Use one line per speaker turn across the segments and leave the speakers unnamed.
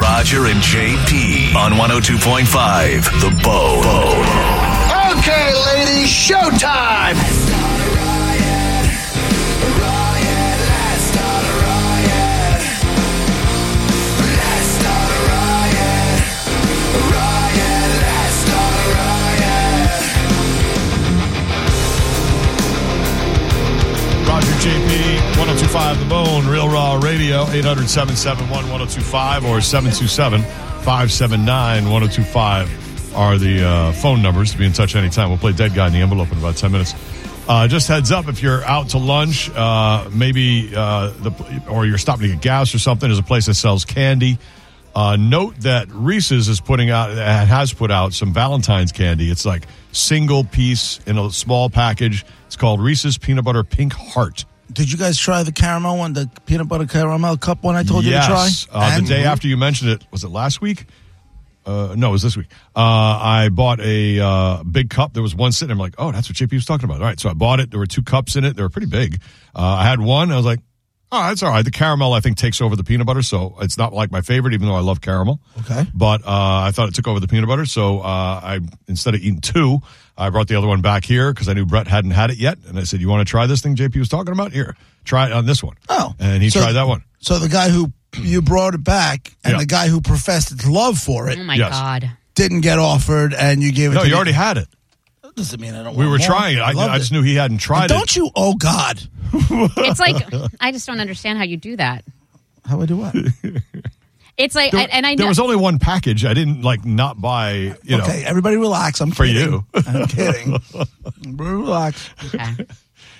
Roger and JP on 102.5 The Bone.
Okay, ladies, showtime!
Roger JP, 1025 The Bone, Real Raw Radio, 800 771 1025 or 727 579 1025 are the uh, phone numbers to be in touch anytime. We'll play Dead Guy in the Envelope in about 10 minutes. Uh, just heads up if you're out to lunch, uh, maybe uh, the, or you're stopping to get gas or something, there's a place that sells candy. Uh, note that Reese's is putting out has put out some Valentine's candy. It's like single piece in a small package. It's called Reese's Peanut Butter Pink Heart.
Did you guys try the caramel one, the peanut butter caramel cup one I told
yes.
you to try?
Uh, the
And-
day after you mentioned it, was it last week? Uh, no, it was this week. Uh, I bought a uh, big cup. There was one sitting. I'm like, oh, that's what JP was talking about. All right, so I bought it. There were two cups in it. They were pretty big. Uh, I had one. I was like, oh, that's all right. The caramel, I think, takes over the peanut butter, so it's not like my favorite, even though I love caramel.
Okay.
But uh, I thought it took over the peanut butter, so uh, I instead of eating two, I brought the other one back here because I knew Brett hadn't had it yet, and I said, you want to try this thing JP was talking about? Here, try it on this one.
Oh.
and he
So-
tried that one.
So the guy who you brought it back and
Yeah.
the guy who professed his love for it
Oh my
Yes.
god.
didn't get offered and you gave it
No,
to
you
me.
already had it.
That doesn't mean I don't
We
want
were
more.
trying it. I,
loved
I just knew he hadn't tried
Don't
it.
you? Oh, God.
It's like I just don't understand how you do that.
How do I do what?
It's like I, and I
there
know
was only one package. I didn't like not buy. You know,
okay, everybody relax. I'm
For
kidding.
you.
I'm kidding. relax.
Okay.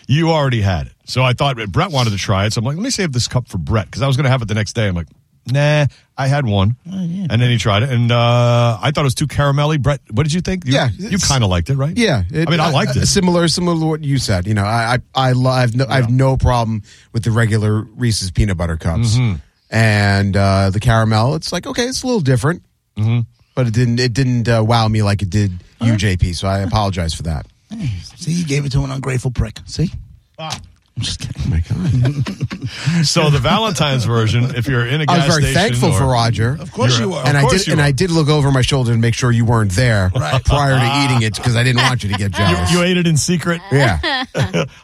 you already had it. So I thought Brett wanted to try it. So I'm like, let me save this cup for Brett because I was going to have it the next day. I'm like, nah, I had one,
Oh,
and then he tried it, and uh, I thought it was too caramelly. Brett, what did you think? You,
Yeah,
you
it's-
kind of liked it, right?
Yeah, it-
I mean, I liked it.
Similar, similar to what you said. You know, I, I, I, lo- I've no, I have no problem with the regular Reese's peanut butter cups
Mm-hmm.
and uh, the caramel. It's like okay, it's a little different, mm-hmm. but it didn't, it didn't uh, wow me like it did you, JP. So I apologize for that.
See, you gave it to an ungrateful prick. See?
Ah.
I'm just kidding. my God.
So the Valentine's version, if you're in a
I
gas
was very
station,
thankful
or-
for Roger.
Of course you were.
and I
course
did,
you
and
were.
I did look over my shoulder to make sure you weren't there prior to eating it because I didn't want you to get jealous.
You ate it in secret,
yeah,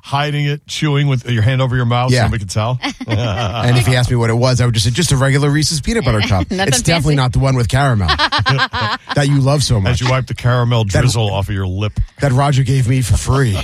hiding it, chewing with your hand over your mouth,
Yeah.
so nobody could tell. Uh-huh.
and if he asked me what it was, I would just say just a regular Reese's peanut butter cup.
Nothing
it's
fancy.
definitely not the one with caramel that you love so
As
much.
you wipe the caramel drizzle off of your lip.
that Roger gave me for free.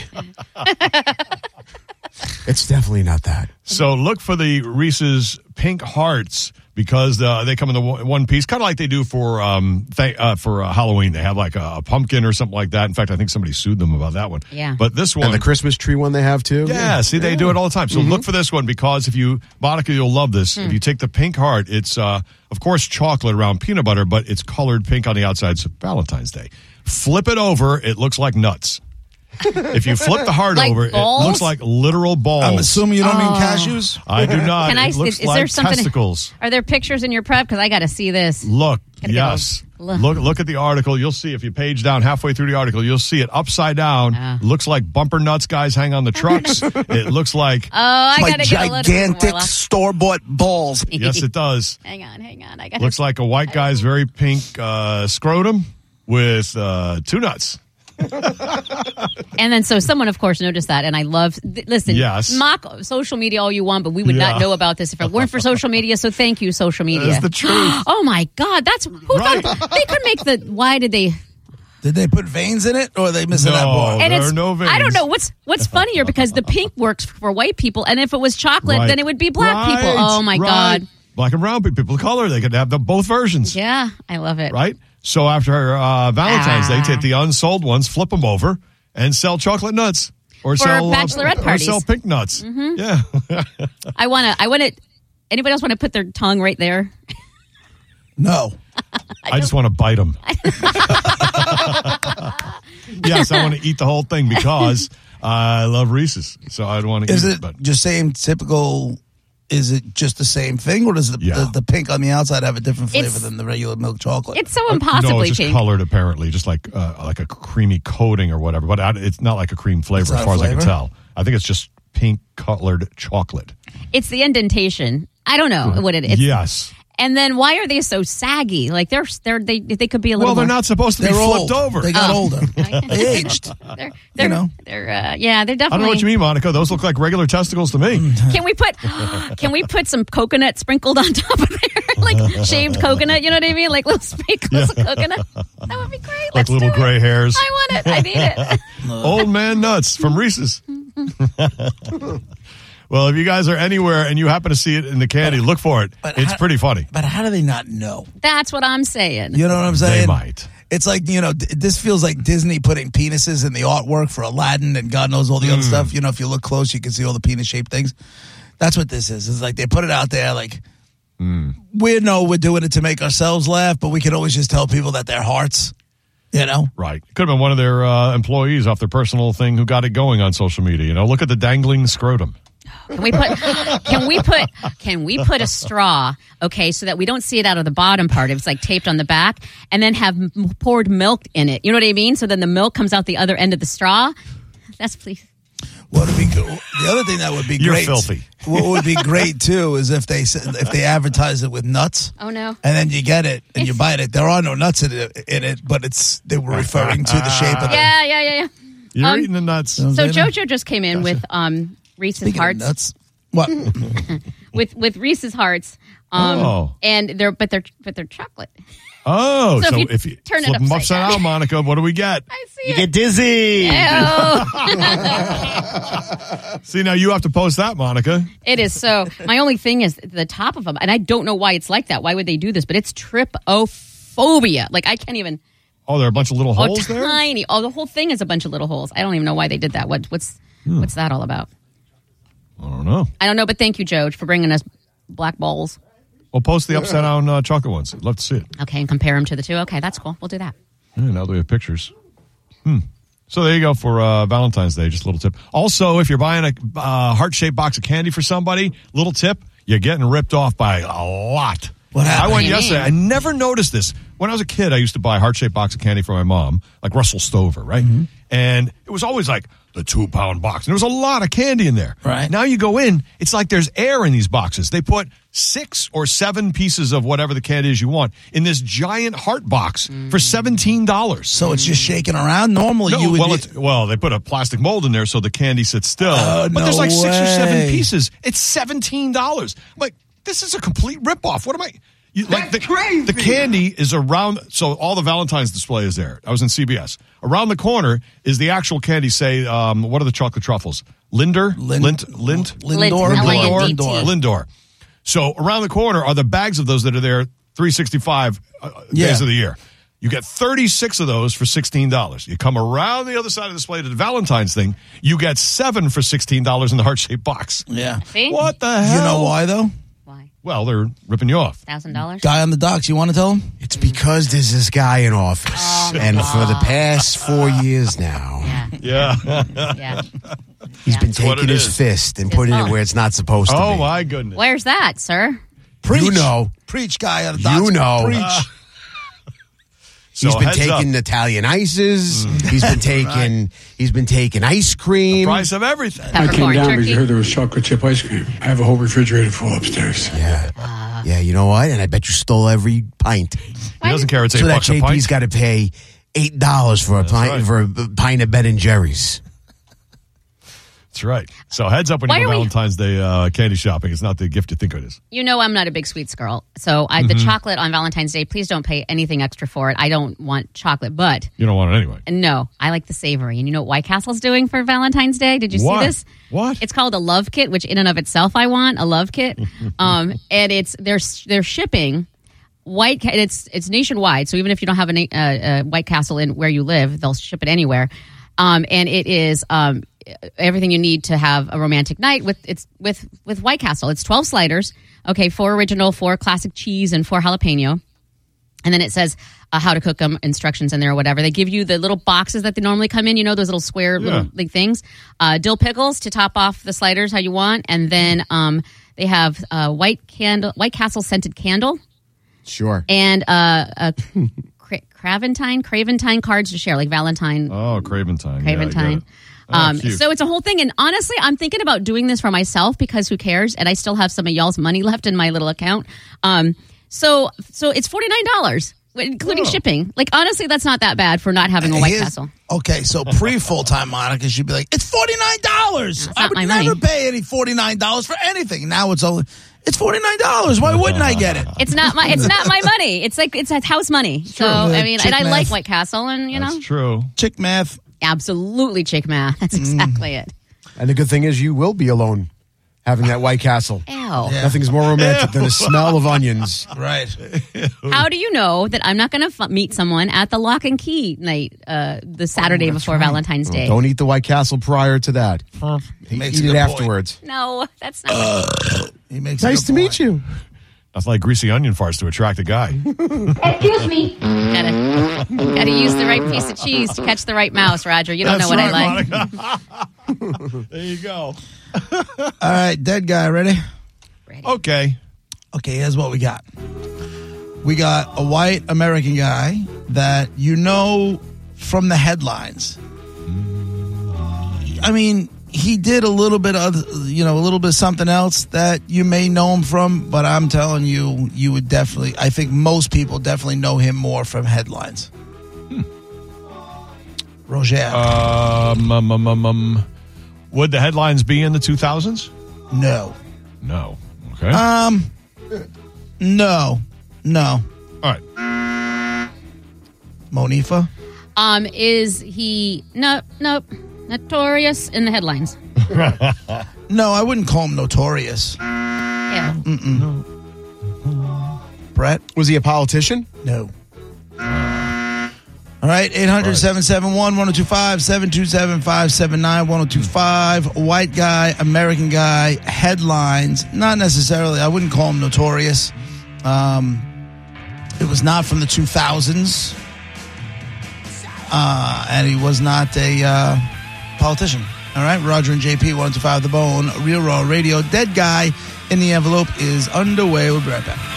it's definitely not that.
So look for the Reese's Pink Hearts because uh, they come in the one one piece, kind of like they do for um th- uh, for uh, Halloween. They have like a, a pumpkin or something like that. In fact, I think somebody sued them about that one.
Yeah.
But this one,
And the Christmas tree one they have too.
yeah, see, they do it all the time. So
Mm-hmm.
look for this one because if you, Monica, you'll love this.
Hmm.
If you take the Pink Heart, it's uh, of course chocolate around peanut butter, but it's colored pink on the outside. So Valentine's Day. Flip it over, it looks like nuts. if you flip the heart
Like
over,
balls?
it looks like literal balls.
I'm assuming you don't mean cashews?
I do not.
Can Oh. I?
it looks
is, is
like
there something?
testicles.
Are there pictures in your prep? Because I got to see this.
Look,
Gotta get
yes.
those.
Look, look at the article. You'll see if you page down halfway through the article, you'll see it upside down.
Ah.
Looks like bumper nuts guys hang on the trucks. it looks like
Oh, I
Like
got to get a little bit more
gigantic
left.
store bought balls.
yes, it does.
Hang on, hang on. I got
Looks like a white guy's very pink uh, scrotum with uh, two nuts.
And then so someone, of course, noticed that, and I love. Th- listen,
Yes.
mock social media all you want, but we would
Yeah.
not know about this if it weren't for social media. So thank you, social media.
That's the truth.
oh my God, that's who
Right.
thought they could make the. Why did they?
Did they put veins in it or are they missing that
No.
part?
There are no veins.
I don't know what's what's funnier because the pink works for white people, and if it was chocolate,
Right.
then it would be black
Right,
people. Oh my
right.
God!
Black and brown people, color. They could have the, both versions.
Yeah, I love it.
right? So after uh, Valentine's
Ah.
Day, take the unsold ones, flip them over, and sell chocolate nuts or
For
sell uh,
bachelorette
or
parties. Mm-hmm.
sell pink nuts. Yeah,
I want to. I want to. Anybody else want to put their tongue right there?
No.
I just want to bite them. yes, I want to eat the whole thing because I love Reese's. So I'd want to
Is
eat it.
it
But
just same typical? Is it just the same thing, or does the,
Yeah.
the, the pink on the outside have a different flavor
It's-
than the regular milk chocolate?
It's so
Uh, no, it's
impossibly
just
pink.
colored apparently, just like uh, like a creamy coating or whatever. But I, it's not like a cream flavor
not
as
a
far as I can
flavor?
tell. I think it's just pink colored chocolate.
It's the indentation. I don't know what it is.
yes.
And then why are they so saggy? Like they're they're they they could be a
Well,
little.
they're
more-
not supposed to
They're
be flipped
old.
over.
They
Oh.
got older. they aged.
They're, they're,
know.
they're uh, yeah, they're
I
definitely.
don't know what you mean, Monica. Those look like regular testicles to
Mm,
me.
Can we put can we put some coconut sprinkled on top of there, like shaved coconut? You know what I mean, like little sprinkles of coconut. That would be great.
like
Let's
little
do it.
gray hairs.
I want it. I need it.
Old man nuts from Reese's. well, if you guys are anywhere and you happen to see it in the candy, look for it.
but
It's
how-
pretty funny.
But how do they not know?
That's what I'm saying.
You know what I'm saying?
They might.
It's like you know, d- this feels like Disney putting penises in the artwork for Aladdin and God knows all the
Mm.
other stuff. You know, if you look close, you can see all the penis-shaped things. That's what this is. It's like they put it out there, like
Mm.
we know we're doing it to make ourselves laugh, but we can always just tell people that their hearts, you know.
Right. Could have been one of their uh, employees off their personal thing who got it going on social media. You know, look at the dangling scrotum.
Can we put can we put can we put a straw, okay, so that we don't see it out of the bottom part. It's like taped on the back and then have m- poured milk in it. You know what I mean? So then the milk comes out the other end of the straw. That's please.
What would be go- the other thing that would be
You're
great?
filthy.
What would be great too is if they said- if they advertise it with nuts.
Oh, no.
And then you get it and you bite it. There are no nuts in it, in it but it's they were referring to the shape of it.
Yeah, yeah, yeah, yeah.
You're
Um,
eating the nuts.
So
Zayna?
JoJo just came in with um Reese's
Speaking of
hearts
nuts. What?
with with Reese's hearts. Um
Oh.
and they're but they're but they're chocolate.
Oh,
so
so,
if you
if you
turn it
flip 'em
upside
upside
down.
down, Monica, what do we get?
I see
You
it.
get dizzy.
Oh,
See, now you have to post that, Monica.
it is so. My only thing is the top of them, and I don't know why it's like that. Why would they do this? But it's trypophobia. Like I can't even.
Oh, there are a bunch of little holes
oh,
there.
tiny. Oh, the whole thing is a bunch of little holes. I don't even know why they did that. What, what's
Hmm.
what's that all about?
I don't know.
I don't know, but thank you, Joe, for bringing us black balls.
Well, post the upside down uh, chocolate ones. I'd love to see it.
Okay, and compare them to the two. Okay, that's cool. We'll do that.
Yeah, now that we have pictures. Hmm. So there you go for uh, Valentine's Day. Just a little tip. Also, if you're buying a uh, heart shaped box of candy for somebody, little tip: you're getting ripped off by a lot.
What happened?
I
What
went
do you
yesterday.
mean?
I never noticed this. When I was a kid, I used to buy heart shaped box of candy for my mom, like Russell Stover, right? And it was always like the two pound box, and there was a lot of candy in there.
Right.
now, you go in, it's like there's air in these boxes. They put six or seven pieces of whatever the candy is you want in this giant heart box for seventeen dollars.
So it's just shaking around. Normally you
No,
would.
well, it's, well, they put a plastic mold in there so the candy sits still.
Oh,
but there's
no
like six or seven
way.
pieces. It's seventeen dollars. Like this is a complete ripoff. What am I? You, like the,
That's crazy.
The candy is around. So all the Valentine's display is there. I was in CBS. Around the corner is the actual candy. Say, um, what are the chocolate truffles? Linder,
Lin-
Lint, Lint,
Lint,
Lindor,
Lindor.
Lindor.
Lindor. So around the corner are the bags of those that are there 365 uh,
Yeah.
days of the year. You get 36 of those for $16. You come around the other side of the display to the Valentine's thing, you get seven for $16 in the heart shaped box.
Yeah.
See
What the hell?
You know why though?
Why?
Well, they're ripping you off.
Thousand dollars.
Guy on the docks. You want to tell him?
It's because there's this guy in office, and for the past four years now,
Yeah,
Oh, Yeah.
yeah.
he's
Yeah.
been
what
taking
it
his
is.
fist and putting
fault.
it where it's not supposed to
oh,
be.
my goodness.
Where's that, sir?
Preach.
know.
Preach, guy on the docks.
You know,
Preach.
So
he's been
heads up. Mm.
taking Italian ices. He's been taking. He's been taking ice cream.
price of everything.
I came
Peppercorn
down because
turkey.
you heard there was chocolate chip ice cream. I have a whole refrigerator full upstairs.
Yeah, yeah. You know what? And I bet you stole every pint.
He doesn't care. It's eight
so that
bucks a
JP's
pint.
got to pay eight dollars for a pint
right.
for a pint of Ben and Jerry's.
That's right. So heads up when
Why
you go
are we-
Valentine's Day uh, candy shopping. It's not the gift you think it is.
You know I'm not a big sweets girl, so I, the chocolate on Valentine's Day. Please don't pay anything extra for it. I don't want chocolate, but
You don't want it anyway.
No, I like the savory. And you know what White Castle's doing for Valentine's Day? Did you
What?
see this?
What?
It's called a love kit, which in and of itself I want a love kit. um, and it's they're they're shipping White. Ca- and It's it's nationwide. So even if you don't have a, na- uh, uh White Castle in where you live, they'll ship it anywhere. Um, and it is um, everything you need to have a romantic night with it's with with White Castle. It's twelve sliders. Okay, four original, four classic cheese, and four jalapeno And then it says uh, how to cook them, instructions in there or whatever. They give you the little boxes that they normally come in, you know, those little square
Yeah.
little like, things. Uh, dill pickles to top off the sliders how you want. And then um, they have uh, white candle, White Castle scented candle
Sure.
and uh, a cra- Craventine, Craventine cards to share, like Valentine,
Oh, Craventine. Yeah, I get
Craventine.
it. Oh,
um,
cute.
so it's a whole thing. And honestly, I'm thinking about doing this for myself because who cares? And I still have some of y'all's money left in my little account. Um, so so it's forty nine dollars,
Oh.
including shipping. Like honestly, that's not that bad for not having a White
Here's-
Castle.
Okay, so pre full time Monica, she'd be like, "It's forty nine dollars. I
not
would
my
never
money."
pay any forty nine dollars for anything. Now it's only it's forty nine dollars. Why wouldn't I get it?
It's not my it's not my money. It's like it's house money. So I mean,
Cheap
and I like
math.
White Castle, and you
That's
know,
true.
Chick math.
absolutely chick math.
Mm.
That's exactly it.
And the good thing is, you will be alone having that White Castle.
Ew.
Nothing's more romantic than the smell of onions.
Right.
How do you know that I'm not going to f- meet someone at the lock and key night, uh, the Saturday
Oh,
before Valentine's Day?
Don't eat the White Castle prior to that.
He makes
eat
a
it
good
afterwards.
No, that's not.
Uh,
Point. He makes
Nice to meet you.
That's like greasy onion farts to attract a guy.
Excuse me.
gotta, gotta use the right piece of cheese to catch the right mouse, Roger. You don't
Mm-hmm. That's
know what
right,
I like.
Monica. there you go.
All right, dead guy. Ready?
Okay.
Okay, here's what we got. We got a white American guy that you know from the headlines. I mean, he did a little bit of, you know, a little bit of something else that you may know him from, but I'm telling you, you would definitely, I think most people definitely know him more from headlines. Roger.
Uh,
Um, um, um, um, um, would the headlines be in the 2000s?
no.
No. Okay.
Uh,
Um, no. No.
All right.
Monifa?
Um, is he? No, nope. Notorious in the headlines.
No, I wouldn't call him notorious.
Yeah.
Brett?
Was he a politician?
No. All right, 800 771 1025 727 579 1025. White guy, American guy, headlines. Not necessarily, I wouldn't call him notorious. Um, it was not from the 2000s. Uh, and he was not a uh, politician. All right, Roger and JP, 1025 The Bone, Real Raw Radio. Dead guy in the envelope is underway. We'll be right back.